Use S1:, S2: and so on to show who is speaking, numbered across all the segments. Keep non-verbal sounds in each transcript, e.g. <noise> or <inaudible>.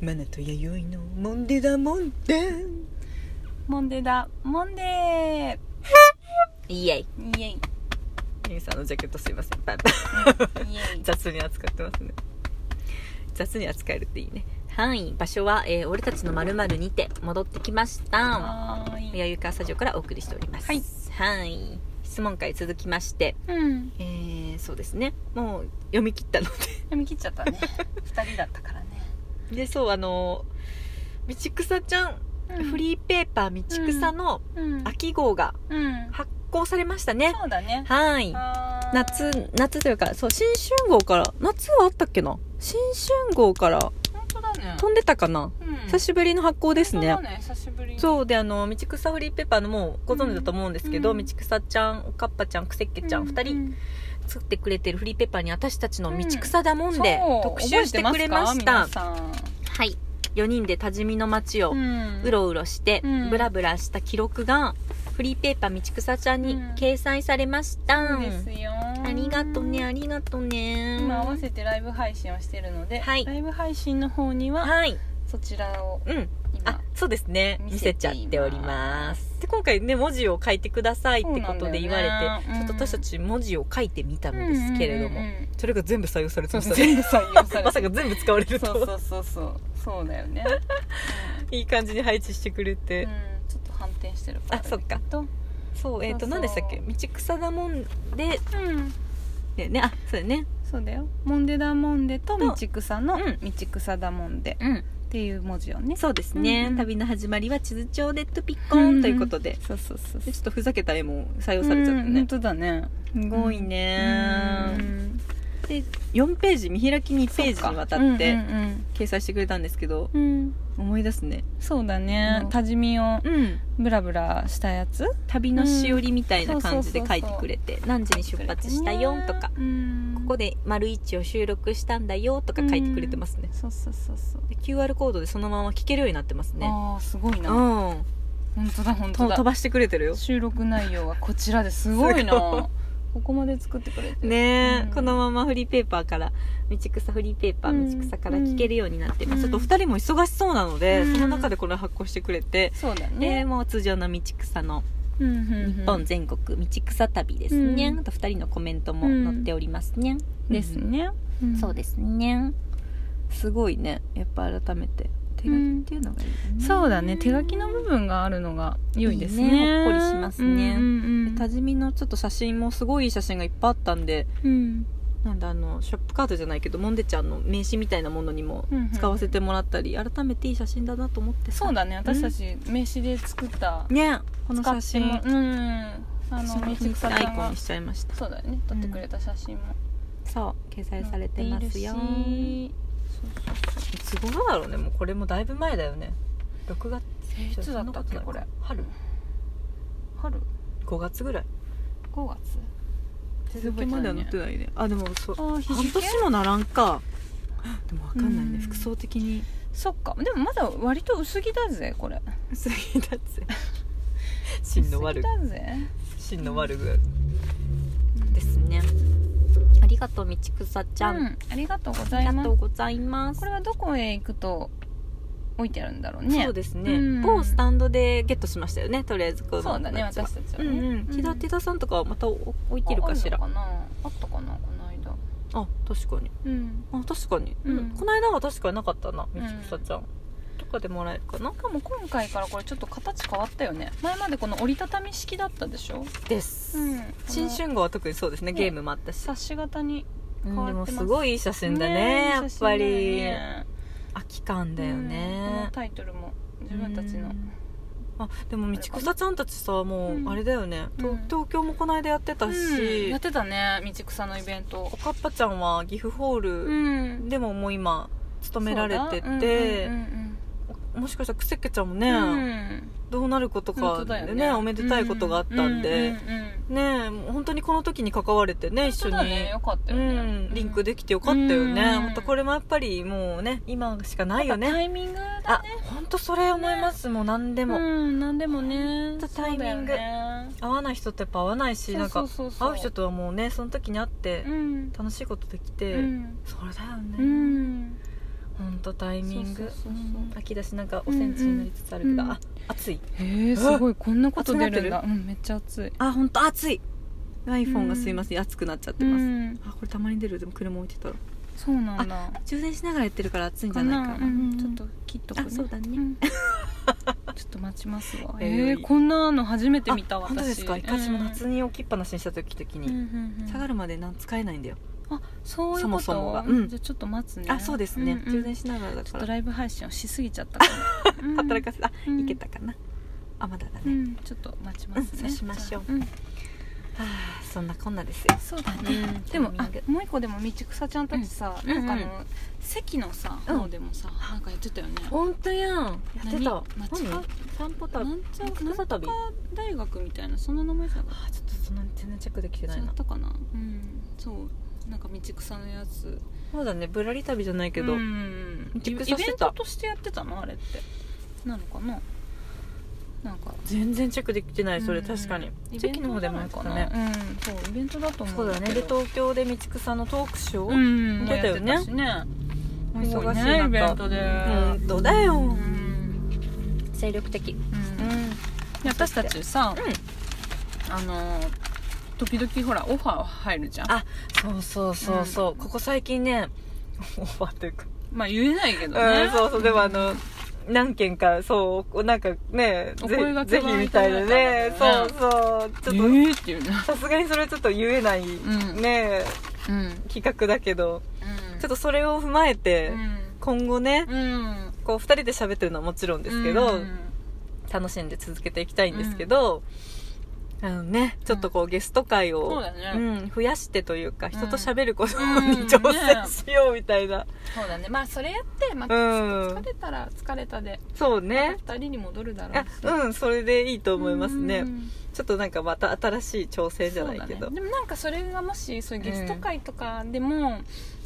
S1: マナと弥生のモンデダモンデ
S2: モンデーだモンデ
S1: イエイ
S2: ーイエイ
S1: ミさんのジャケットすいませんパンパン <laughs>
S2: イエイ
S1: 雑に扱ってますね雑に扱えるっていいねはい場所は、えー俺たちのまるにて戻ってきました
S2: はーい
S1: 弥生川スタジオからお送りしております
S2: はい
S1: はい質問会続きまして
S2: うん
S1: えー、そうですねもう読み切ったの
S2: 読み切っちゃったね二人だったからね
S1: <laughs> ででそうあの道草ちゃん、フリーペーパー道草の
S2: うん
S1: 秋号が
S2: うん
S1: 発行されましたね、
S2: そうだね
S1: はい
S2: はーい
S1: 夏夏というかそう新春号から夏はあったっけな新春号から
S2: 本当だね
S1: 飛んでたかな、
S2: うん
S1: 久しぶりの発行ですね
S2: 本当だ久しぶりに
S1: そうであの道草フリーペーパーのもうご存知だと思うんですけど、
S2: うん
S1: 道草ちゃんおかっぱちゃんくせっけちゃん、
S2: う
S1: 二人
S2: う
S1: 作ってくれてるフリーペーパーに私たちの道草だもんで、
S2: そう
S1: 特集してくれました
S2: 覚えてますか
S1: はい4人で多治見の街を
S2: 皆さん
S1: うろうろして、
S2: うん
S1: ブラブラした記録がフリーペーパー道草ちゃんに
S2: うん
S1: 掲載されました、
S2: そうですよ
S1: ありがとねありがとね
S2: 今合わせてライブ配信をしてるので、
S1: はい
S2: ライブ配信の方には
S1: はい
S2: そちらを
S1: うん
S2: 今
S1: あそうですね見
S2: 見
S1: せ
S2: せ
S1: ち
S2: て
S1: ゃっ
S2: います
S1: ておりますで今回ね文字を書いてくださいってことで言われ
S2: そうなん
S1: て、
S2: だよね
S1: ちょっと私たち文字を書いたのですけれども、
S2: うんうんうんうん
S1: それが全部採用されて
S2: そう
S1: まし
S2: そう
S1: たね
S2: 全部採用さ
S1: <laughs>
S2: れ
S1: まさか全部使われるとは
S2: そうそうそうそうそうだよね、
S1: いい感じに配置してくれて、
S2: うん、ちょっと反転してるから
S1: あそっか
S2: とうん
S1: そうえっ、ー、と
S2: そうそう
S1: 何でしたっけ道草だもんででねあそうだね
S2: そうだよモンデダモンデと道草の
S1: うん
S2: 道草だもんで
S1: うん
S2: っていう文字をね
S1: そうですね、
S2: うんうん
S1: 旅の始まりは地図帳でトゥピッコンということで、
S2: そうそうそう
S1: で
S2: そう
S1: ちょっとふざけた絵も採用されちゃった
S2: うん本
S1: ね、
S2: 当だねす
S1: すごいね、
S2: うん
S1: で4ページ見開き2ページにわたって
S2: うんうん
S1: 掲載してくれたんですけど、
S2: うんうん
S1: 思い出すね
S2: そうだね
S1: うん
S2: 多治見を
S1: うん
S2: ブラブラしたやつ
S1: 旅のしおりみたいな感じで
S2: うん
S1: 書いてくれて何時に出発したよとか
S2: うん
S1: ここで「丸一を収録したんだよとか書いてくれてますね、
S2: そうそうそうそう
S1: で QR コードでそのまま聞けるようになってますね
S2: ああすごい
S1: うん
S2: な本当だ本
S1: と
S2: 当
S1: 飛
S2: だ
S1: ばしてくれてるよ
S2: 収録内容はこちらですごいな
S1: すごい
S2: ここまで作ってくれて
S1: ねえ、
S2: うん
S1: このままフリーペーパーから道草フリーペーパ
S2: うん
S1: ー道草から聞けるようになってます、
S2: うん
S1: ちょっと2人も忙しそうなので、
S2: うん
S1: その中でこれを発行してくれて、
S2: そうだ
S1: で
S2: ね
S1: もう通常の道草の
S2: 日
S1: 日本全国道草旅ですね、
S2: うん
S1: あと2人のコメントも載っておりますね、
S2: ですね
S1: うんそうですねすごいねやっぱ改めて手書きっていうのがいいよね、
S2: そうだね手書きの部分があるのが良いです
S1: いいね
S2: ね
S1: ほっこりしますね
S2: うんうんうん
S1: 多治見のちょっと写真もすごいいい写真がいっぱいあったんで
S2: うん
S1: なんだあのショップカードじゃないけどモンデちゃんの名刺みたいなものにも
S2: うんうん
S1: 使わせてもらったり改めていい写真だなと思ってさ
S2: そうだね私たち名刺で作った
S1: ねこの
S2: 使
S1: 写
S2: って
S1: 真
S2: もうんあの道
S1: 私も
S2: 草
S1: アイ
S2: ちゃん
S1: コン
S2: が
S1: にしちゃいました
S2: そうだよね撮ってくれた写真も
S1: そう掲載されてますよ
S2: 載っているし
S1: いつ頃だろうねもうこれもだいぶ前だよね6月
S2: えいつだったっけこれ
S1: 春
S2: 春
S1: 5月ぐらい
S2: 5月
S1: 手付けまでは載ってないねあでもそう
S2: あ日
S1: 半
S2: 付
S1: 年もならんかでもわかんないね、
S2: うん
S1: 服装的に
S2: そっかでもまだ割と薄着だぜこれ
S1: 薄着だぜ <laughs> 真の悪
S2: 薄着だぜ
S1: 真の悪ぐですねありがとう道草ち
S2: じ
S1: ゃ
S2: ゃ
S1: ん、
S2: んありがとうござ
S1: あ
S2: い
S1: りが
S2: ま
S1: とう
S2: す
S1: ございます
S2: これはどこへ行くと置いてあるんだろうね
S1: そうですね、
S2: うん
S1: 某スタンドでゲットしましたよねとりあえずこの
S2: そうだね
S1: やつは
S2: 私たちは
S1: う
S2: ね
S1: んうん木田手田さんとかはまたお置いてるかしら
S2: あ
S1: あ
S2: あるのかなあったかなこの間
S1: 確かに
S2: うん
S1: あ確かに、うん
S2: うん
S1: この間は確かになかったな道
S2: ん
S1: 草ちゃん、とかでもらえるかな
S2: しかも今回からこれちょっと形変わったよね前までこの折りたたみ式だったでしょ
S1: です、
S2: うん
S1: 新春号は特にそうですね
S2: ね
S1: ゲームもあったし、
S2: 冊子型に
S1: うん
S2: 変わっ
S1: で
S2: て
S1: も
S2: ます
S1: すごいいい写真だね
S2: え
S1: やっぱり、
S2: 写
S1: 秋感
S2: 真
S1: だ
S2: だよね
S1: よ
S2: うんこ
S1: ね
S2: の、タイトルも自分たちの
S1: うんあでも道草ちゃんたちさも
S2: う
S1: うんあれだよね、と
S2: うん
S1: 東京もこの間やってた
S2: うん
S1: し、
S2: やってたね道草のイベント
S1: おかっぱちゃんは岐阜ホール
S2: ん
S1: でももう今勤められてて、
S2: うん
S1: もしかしたらクセッケちゃんも
S2: う
S1: ね、
S2: んうん
S1: どうなること
S2: 本
S1: か
S2: 当
S1: で
S2: だ
S1: ね
S2: よね
S1: おめでたいことがあったんで、
S2: うううんうん
S1: ねえもう本当にこの時に関われてね一緒
S2: 本当
S1: に
S2: だねよかったよ
S1: う
S2: ね
S1: ん、リンクできてよかったよね、
S2: うん
S1: またこれもやっぱりもうね今しかないよ
S2: やっぱタ
S1: ね
S2: イミングだ
S1: あ
S2: ね
S1: 本当それ思います、もう何でも、
S2: うん何でもね
S1: ちょっとタイミング
S2: そうだよね
S1: 会わない人ってやっぱ会わないし
S2: そうそうそうそう
S1: なんか会う人とはもうねその時に会って
S2: うん
S1: 楽しいことでき
S2: う
S1: て、
S2: ん
S1: それだよ
S2: う
S1: ね、
S2: ん
S1: ほんとタイミング
S2: そうそうそうそう
S1: うん秋だしなんかおセンチになりつつあるけど、
S2: うんうん
S1: あ暑い
S2: へえすごいこんなこと出るんだ
S1: 熱くなっ
S2: うんめっちゃ暑い
S1: あ本当暑い iPhone がすいません熱くなっちゃってます、
S2: うん
S1: あこれたまに出るでも車置いてたら
S2: そうなんだ
S1: 充電しながらやってるから暑いんじ
S2: か
S1: ゃないか
S2: な
S1: な
S2: うんちょっと切っとくね
S1: あそうだね
S2: <laughs> んちょっと待ちますわ
S1: えー
S2: えーこんなの初めて見た
S1: あ
S2: 私
S1: 本当ですか私も夏
S2: に
S1: に置きっぱなしにした時々に、下が
S2: る
S1: るまでなん使えないんだよ、
S2: あそういうこと
S1: そもそもがうん
S2: じゃあちょっと待つね
S1: あそうですね、
S2: んん
S1: 充電しながらだ
S2: ちょ
S1: か
S2: っと
S1: ら
S2: ライブ配信をしすぎち
S1: <laughs>
S2: ゃったからうん
S1: 働かせあ、
S2: うん
S1: いけたかなあまだだね、
S2: うんちょっと待ちますね
S1: うんそうしましょう
S2: じゃあん
S1: はあそんなこんなですよ
S2: そうだね
S1: うん
S2: でも
S1: タイ
S2: あ
S1: ミン
S2: もう一個でも道草ちゃんたちさ
S1: うん
S2: なんかあ
S1: うん
S2: の席のさ
S1: うん
S2: 方でもさなんかやってたよね
S1: 本当やんやってた
S2: 何
S1: 何
S2: 夏か
S1: 散歩旅
S2: なんちゃ
S1: 草
S2: なんとか
S1: 旅
S2: 大学みたいなそんな名前じゃなかっ
S1: あちょっとそんな全然チェックできて
S2: た
S1: ない
S2: 違
S1: な
S2: ったかなうんそうなんか道草のやつ
S1: そうだねぶらり旅じゃないけど、
S2: うんイ
S1: 道
S2: ベ
S1: 草
S2: ン
S1: してた
S2: トとしてやってたのあれってなのかななんか
S1: 全然チェックできてないそれ
S2: うん
S1: 確かに
S2: イ
S1: チ
S2: ベ
S1: ェ
S2: ン
S1: キ
S2: ト
S1: の方でもやって
S2: か
S1: た
S2: な
S1: ね
S2: うんそうイベントだと思
S1: そううんだね
S2: け
S1: で
S2: ど
S1: 東京で道草のトークショー、
S2: うん
S1: 出たよね
S2: やってたしね
S1: お忙しい中
S2: すごねイベントで
S1: 本当だよ
S2: うん
S1: 精力的
S2: うんで私たちさ
S1: うん
S2: あのー時々ほらオファーは入るじゃん
S1: あそうそうそうそう、ここ最近ねオファーというか、
S2: まあ言えないけ
S1: う
S2: どね
S1: んそうそうでもあの何件かそうなんかね
S2: お
S1: ぜ
S2: 声がけ
S1: ぜ
S2: が
S1: ひみたいなね
S2: いた
S1: そ
S2: だいう
S1: そ
S2: た
S1: う
S2: ちょ
S1: ちょ
S2: っとえ
S1: っと
S2: ーっていうね
S1: さすがにそれはちょっと言えない、
S2: ん
S1: ね
S2: うん
S1: 企画だけどちょっ
S2: と
S1: とそれを踏まえて、今後ね
S2: うん
S1: こう2人で喋ってるのはもちろんですけど、
S2: うん
S1: 楽しんで続けていきたいんですけど、あのねちょっとこうゲスト会を、
S2: そうだね
S1: うん増やしてというか
S2: ん
S1: 人と喋ることに
S2: うん
S1: 挑戦しようみたいな、
S2: そうだねまあそれやってまあ
S1: うん
S2: 疲れたら疲れたで
S1: そうね
S2: 二人に戻るだろ
S1: あ
S2: うし
S1: うんそれでいいと思いますね、
S2: うん
S1: ちょっとなんかまた新しい挑戦じゃないけど、
S2: そうだね、でもなんかそれがもしそういうゲスト会とかでも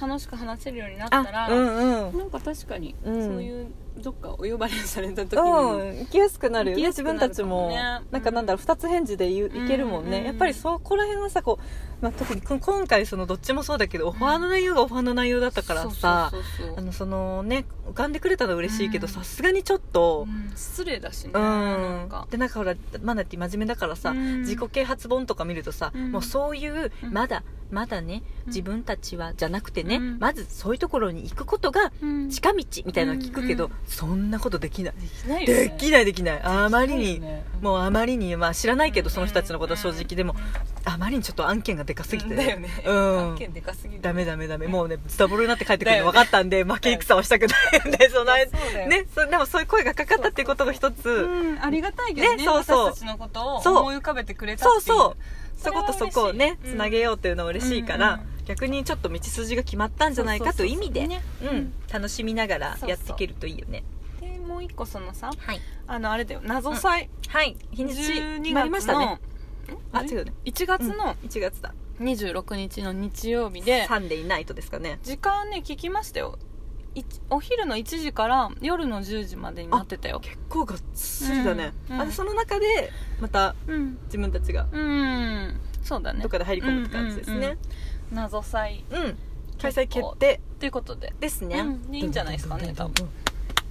S2: 楽しく話せるようになったら、
S1: あうんうん
S2: なんか確かにそ
S1: うん
S2: ういうどっかお呼ばれされた時に、
S1: うん、行きやすくなるよね
S2: 行きや
S1: 自
S2: すくなる
S1: 分たちも、
S2: かもね
S1: なんかなんだろう2つ返事で言う
S2: うん
S1: いけるもんね、
S2: うん
S1: やっぱりそこら辺はさこう、まあ、特にこ今回そのどっちもそうだけどオファーの内容がオファーの内容だったからさ、
S2: そうそうそうそう
S1: あのそのね浮かんでくれたのは嬉しいけど
S2: うん
S1: さすがにちょっと
S2: うん失礼だしね、
S1: うん
S2: なんか
S1: でなんかほらマナティ真面目だからさ、
S2: うん
S1: 自己啓発本とか見るとさ、
S2: うん
S1: もうそういう、
S2: うん
S1: まだまだね
S2: うん
S1: 自分たちはじゃなくてね、
S2: うん
S1: まずそういうところに行くことが
S2: うん
S1: 近道みたいなの聞くけど、
S2: うん
S1: そんなことできない、
S2: できないよね
S1: できないできないあまり
S2: そうよ
S1: に、
S2: ね
S1: もうあまりにまあ知らないけど、
S2: うん
S1: その人たちのことは正直でもあまりにちょっと案件がでかすぎて、
S2: だよね、
S1: うん
S2: 案件でかすぎる
S1: ダメダメダメもうねズタボロになって帰ってくるの分
S2: だ
S1: か
S2: よ
S1: ったんで、負け戦はしたくないんでその間
S2: そうだよ
S1: ね、そうでもそういう声がかかったっていうことが一つ
S2: うん、ありがたいけどね
S1: ねそうそう
S2: 私たちのこと
S1: そう
S2: を思い浮かべてくれた
S1: そ
S2: っ
S1: う
S2: ていう
S1: そう
S2: そ
S1: そ
S2: れ
S1: こ
S2: は
S1: とそこをね
S2: 嬉しい
S1: つなげようっていうのは嬉しいから、
S2: うんうん
S1: 逆にちょっと道筋が決まったんじゃないかという意味で
S2: そうそうそう
S1: う
S2: ね
S1: ん、楽しみながらやっていけるといいよね
S2: でもう一個そのさ
S1: はい、
S2: あのあれだよ謎祭、
S1: はい、日にち決まりましたねあ違うね
S2: 1月の
S1: 1月だ
S2: 26日の日曜日で、
S1: サンデーナイトですかね
S2: 時間ね聞きましたよいお昼の1時から夜の10時までになってたよ
S1: 結構がっつりだね、
S2: うんうん
S1: あその中でまた
S2: うん
S1: 自分たちが
S2: うんそうだね
S1: どっかで入り込むって感じですね
S2: 謎祭
S1: うん開催決定
S2: ということで
S1: ですね、
S2: うんいいんじゃないですかね多分
S1: 1月
S2: で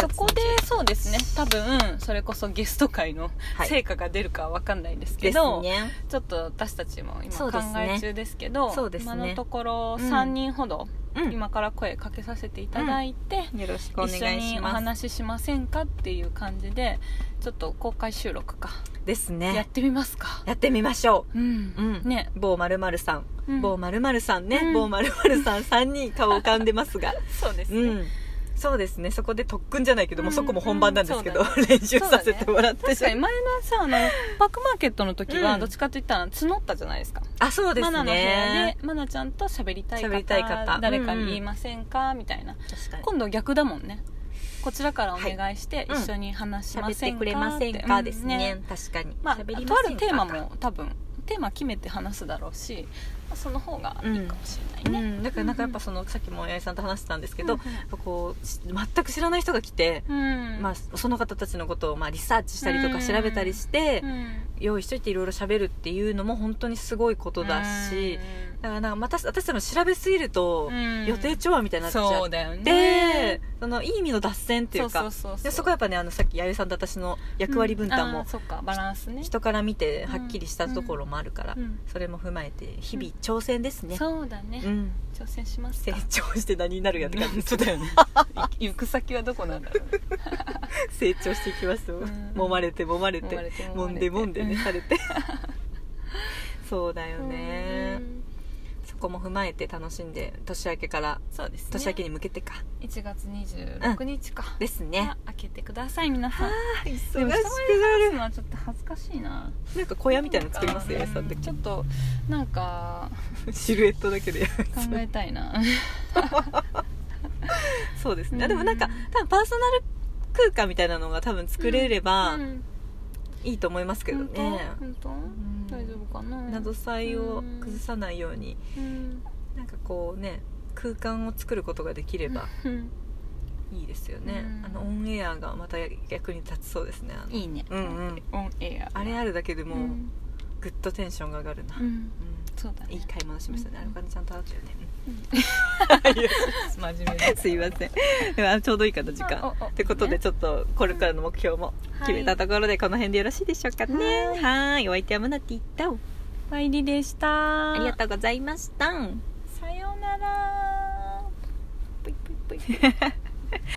S2: そこでそうですね多分それこそゲスト会の
S1: はい
S2: 成果が出るかわかんないですけ
S1: です
S2: ど、
S1: ね
S2: ちょっと私たちも
S1: そ
S2: 今
S1: う
S2: 考
S1: ですね
S2: え中ですけど
S1: そうですね
S2: 今のところ
S1: うん
S2: 3人ほど
S1: うん
S2: 今から声かけさせていただいて、
S1: よろしくお願い
S2: 一緒に
S1: し
S2: お
S1: ます
S2: 話ししませんかっていう感じでちょっと公開収録か
S1: です
S2: やっ
S1: ね
S2: てみますか
S1: やってみましょ
S2: うん
S1: う、うん、
S2: ね
S1: 某まるまるさん、
S2: うん
S1: 某まるまるさんね、
S2: うん
S1: 某まるまるさん3人顔浮かんでます <laughs> が
S2: そうですね、
S1: うんそうですねそこで特訓じゃないけど、もうそこも本番なんですけど、
S2: うん
S1: 練習させてもらって
S2: 確かに前のさ
S1: <laughs>
S2: あのパックマーケットの時
S1: う
S2: は
S1: ん
S2: どっちかといったら募ったじゃないですか、
S1: あそうで
S2: マ
S1: す
S2: ナの部屋で
S1: ね
S2: マナちゃんと喋りたい
S1: 喋
S2: 方
S1: りたい方
S2: 誰かに言いませんか、みたいな
S1: 確か
S2: 今度逆だもんねこちらからお願いして
S1: はい
S2: 一緒に話しま
S1: 喋っ
S2: せ
S1: て
S2: んか
S1: くれません
S2: っ
S1: か
S2: て
S1: です
S2: うん
S1: ね,、確かに、
S2: まあ、
S1: 喋り
S2: と
S1: ま
S2: あ
S1: せ
S2: る
S1: んか
S2: テーマも多分テーマ決めて話すだろうし、まあその方がいいかもしれな
S1: う
S2: いね、
S1: ん、だからなんかやっぱそのさっきも八重さんと話してたんですけど、
S2: うんうん
S1: やっぱこうし全く知らない人が来て、
S2: うん
S1: まあ、その方たちのことをまあリサーチしたりとか
S2: うん
S1: 調べたりして、
S2: うん
S1: 用意しといていろいろ喋るっていうのも本当にすごいことだし、だからなんかまた私たちも調べすぎると
S2: うん
S1: 予定調和みたいになっちゃって、
S2: そうだよ
S1: で
S2: ね
S1: そのいい意味の脱線っていうか
S2: そうそうそうそう
S1: でそこはやっぱねあのさっき弥生さんと私の役割分担
S2: うんあ
S1: も
S2: ーそっかバランスね、
S1: 人から見てはっきりしたところもあるから、
S2: うん
S1: それも踏まえて日々挑戦ですね、
S2: そうだね、
S1: うん、
S2: 挑戦します
S1: 成
S2: か
S1: 長して何になるやって感じ
S2: 本当だよねい <laughs> 行く先はどこなんだろうね
S1: 成長していきますよ、
S2: うん
S1: 揉まれて揉まれて
S2: 揉まれて揉
S1: 揉
S2: ま
S1: ん
S2: れ
S1: で
S2: て
S1: 揉んでね
S2: うん
S1: され
S2: <laughs>
S1: てそうだよね、
S2: うん
S1: そこも踏まえて楽しんで年明けから
S2: そうですね
S1: 年明けに向けてか
S2: 1月26日か、
S1: ですね
S2: あ開けてください皆さん
S1: 忙し
S2: でも人前で
S1: な
S2: 話すのはちょっと恥ずかしいな
S1: なんか小屋みたいなの作りますよ
S2: な
S1: やさ
S2: んか
S1: んと
S2: ちょっとなんか
S1: シルエットだけで
S2: 考えたいな
S1: <laughs> そうですね、
S2: うん
S1: でもなんか多分パーソナル空間みたいなのが多分作れれば
S2: うん
S1: いいと思いますけどね、
S2: 本当
S1: ん
S2: 本当大丈夫かな
S1: 謎祭を崩さないように
S2: うん
S1: なんかこうね空間を作ることができれば
S2: うん
S1: いいですよね、
S2: うん
S1: あのオンエアがまた逆に立ちそうですねあの
S2: いいね
S1: うんうん
S2: オンエア
S1: あれあるだけで
S2: うん
S1: もうぐっとテンションが上がるな、
S2: う
S1: うん
S2: んそうだね
S1: いい買い物しましたね、
S2: うん
S1: あのお金ちゃんと払ったよね、
S2: 真面目
S1: <laughs>
S2: だ
S1: すいませんでもあちょうどいいかな時
S2: あ
S1: 間
S2: おお
S1: ってことでちょっとこれからの目標も決めたところでこの辺でよろしいでしょうかね
S2: は
S1: はーいお相手はムナティだお
S2: パイリでした
S1: ありがとうございました
S2: さようならぷいぷいぷい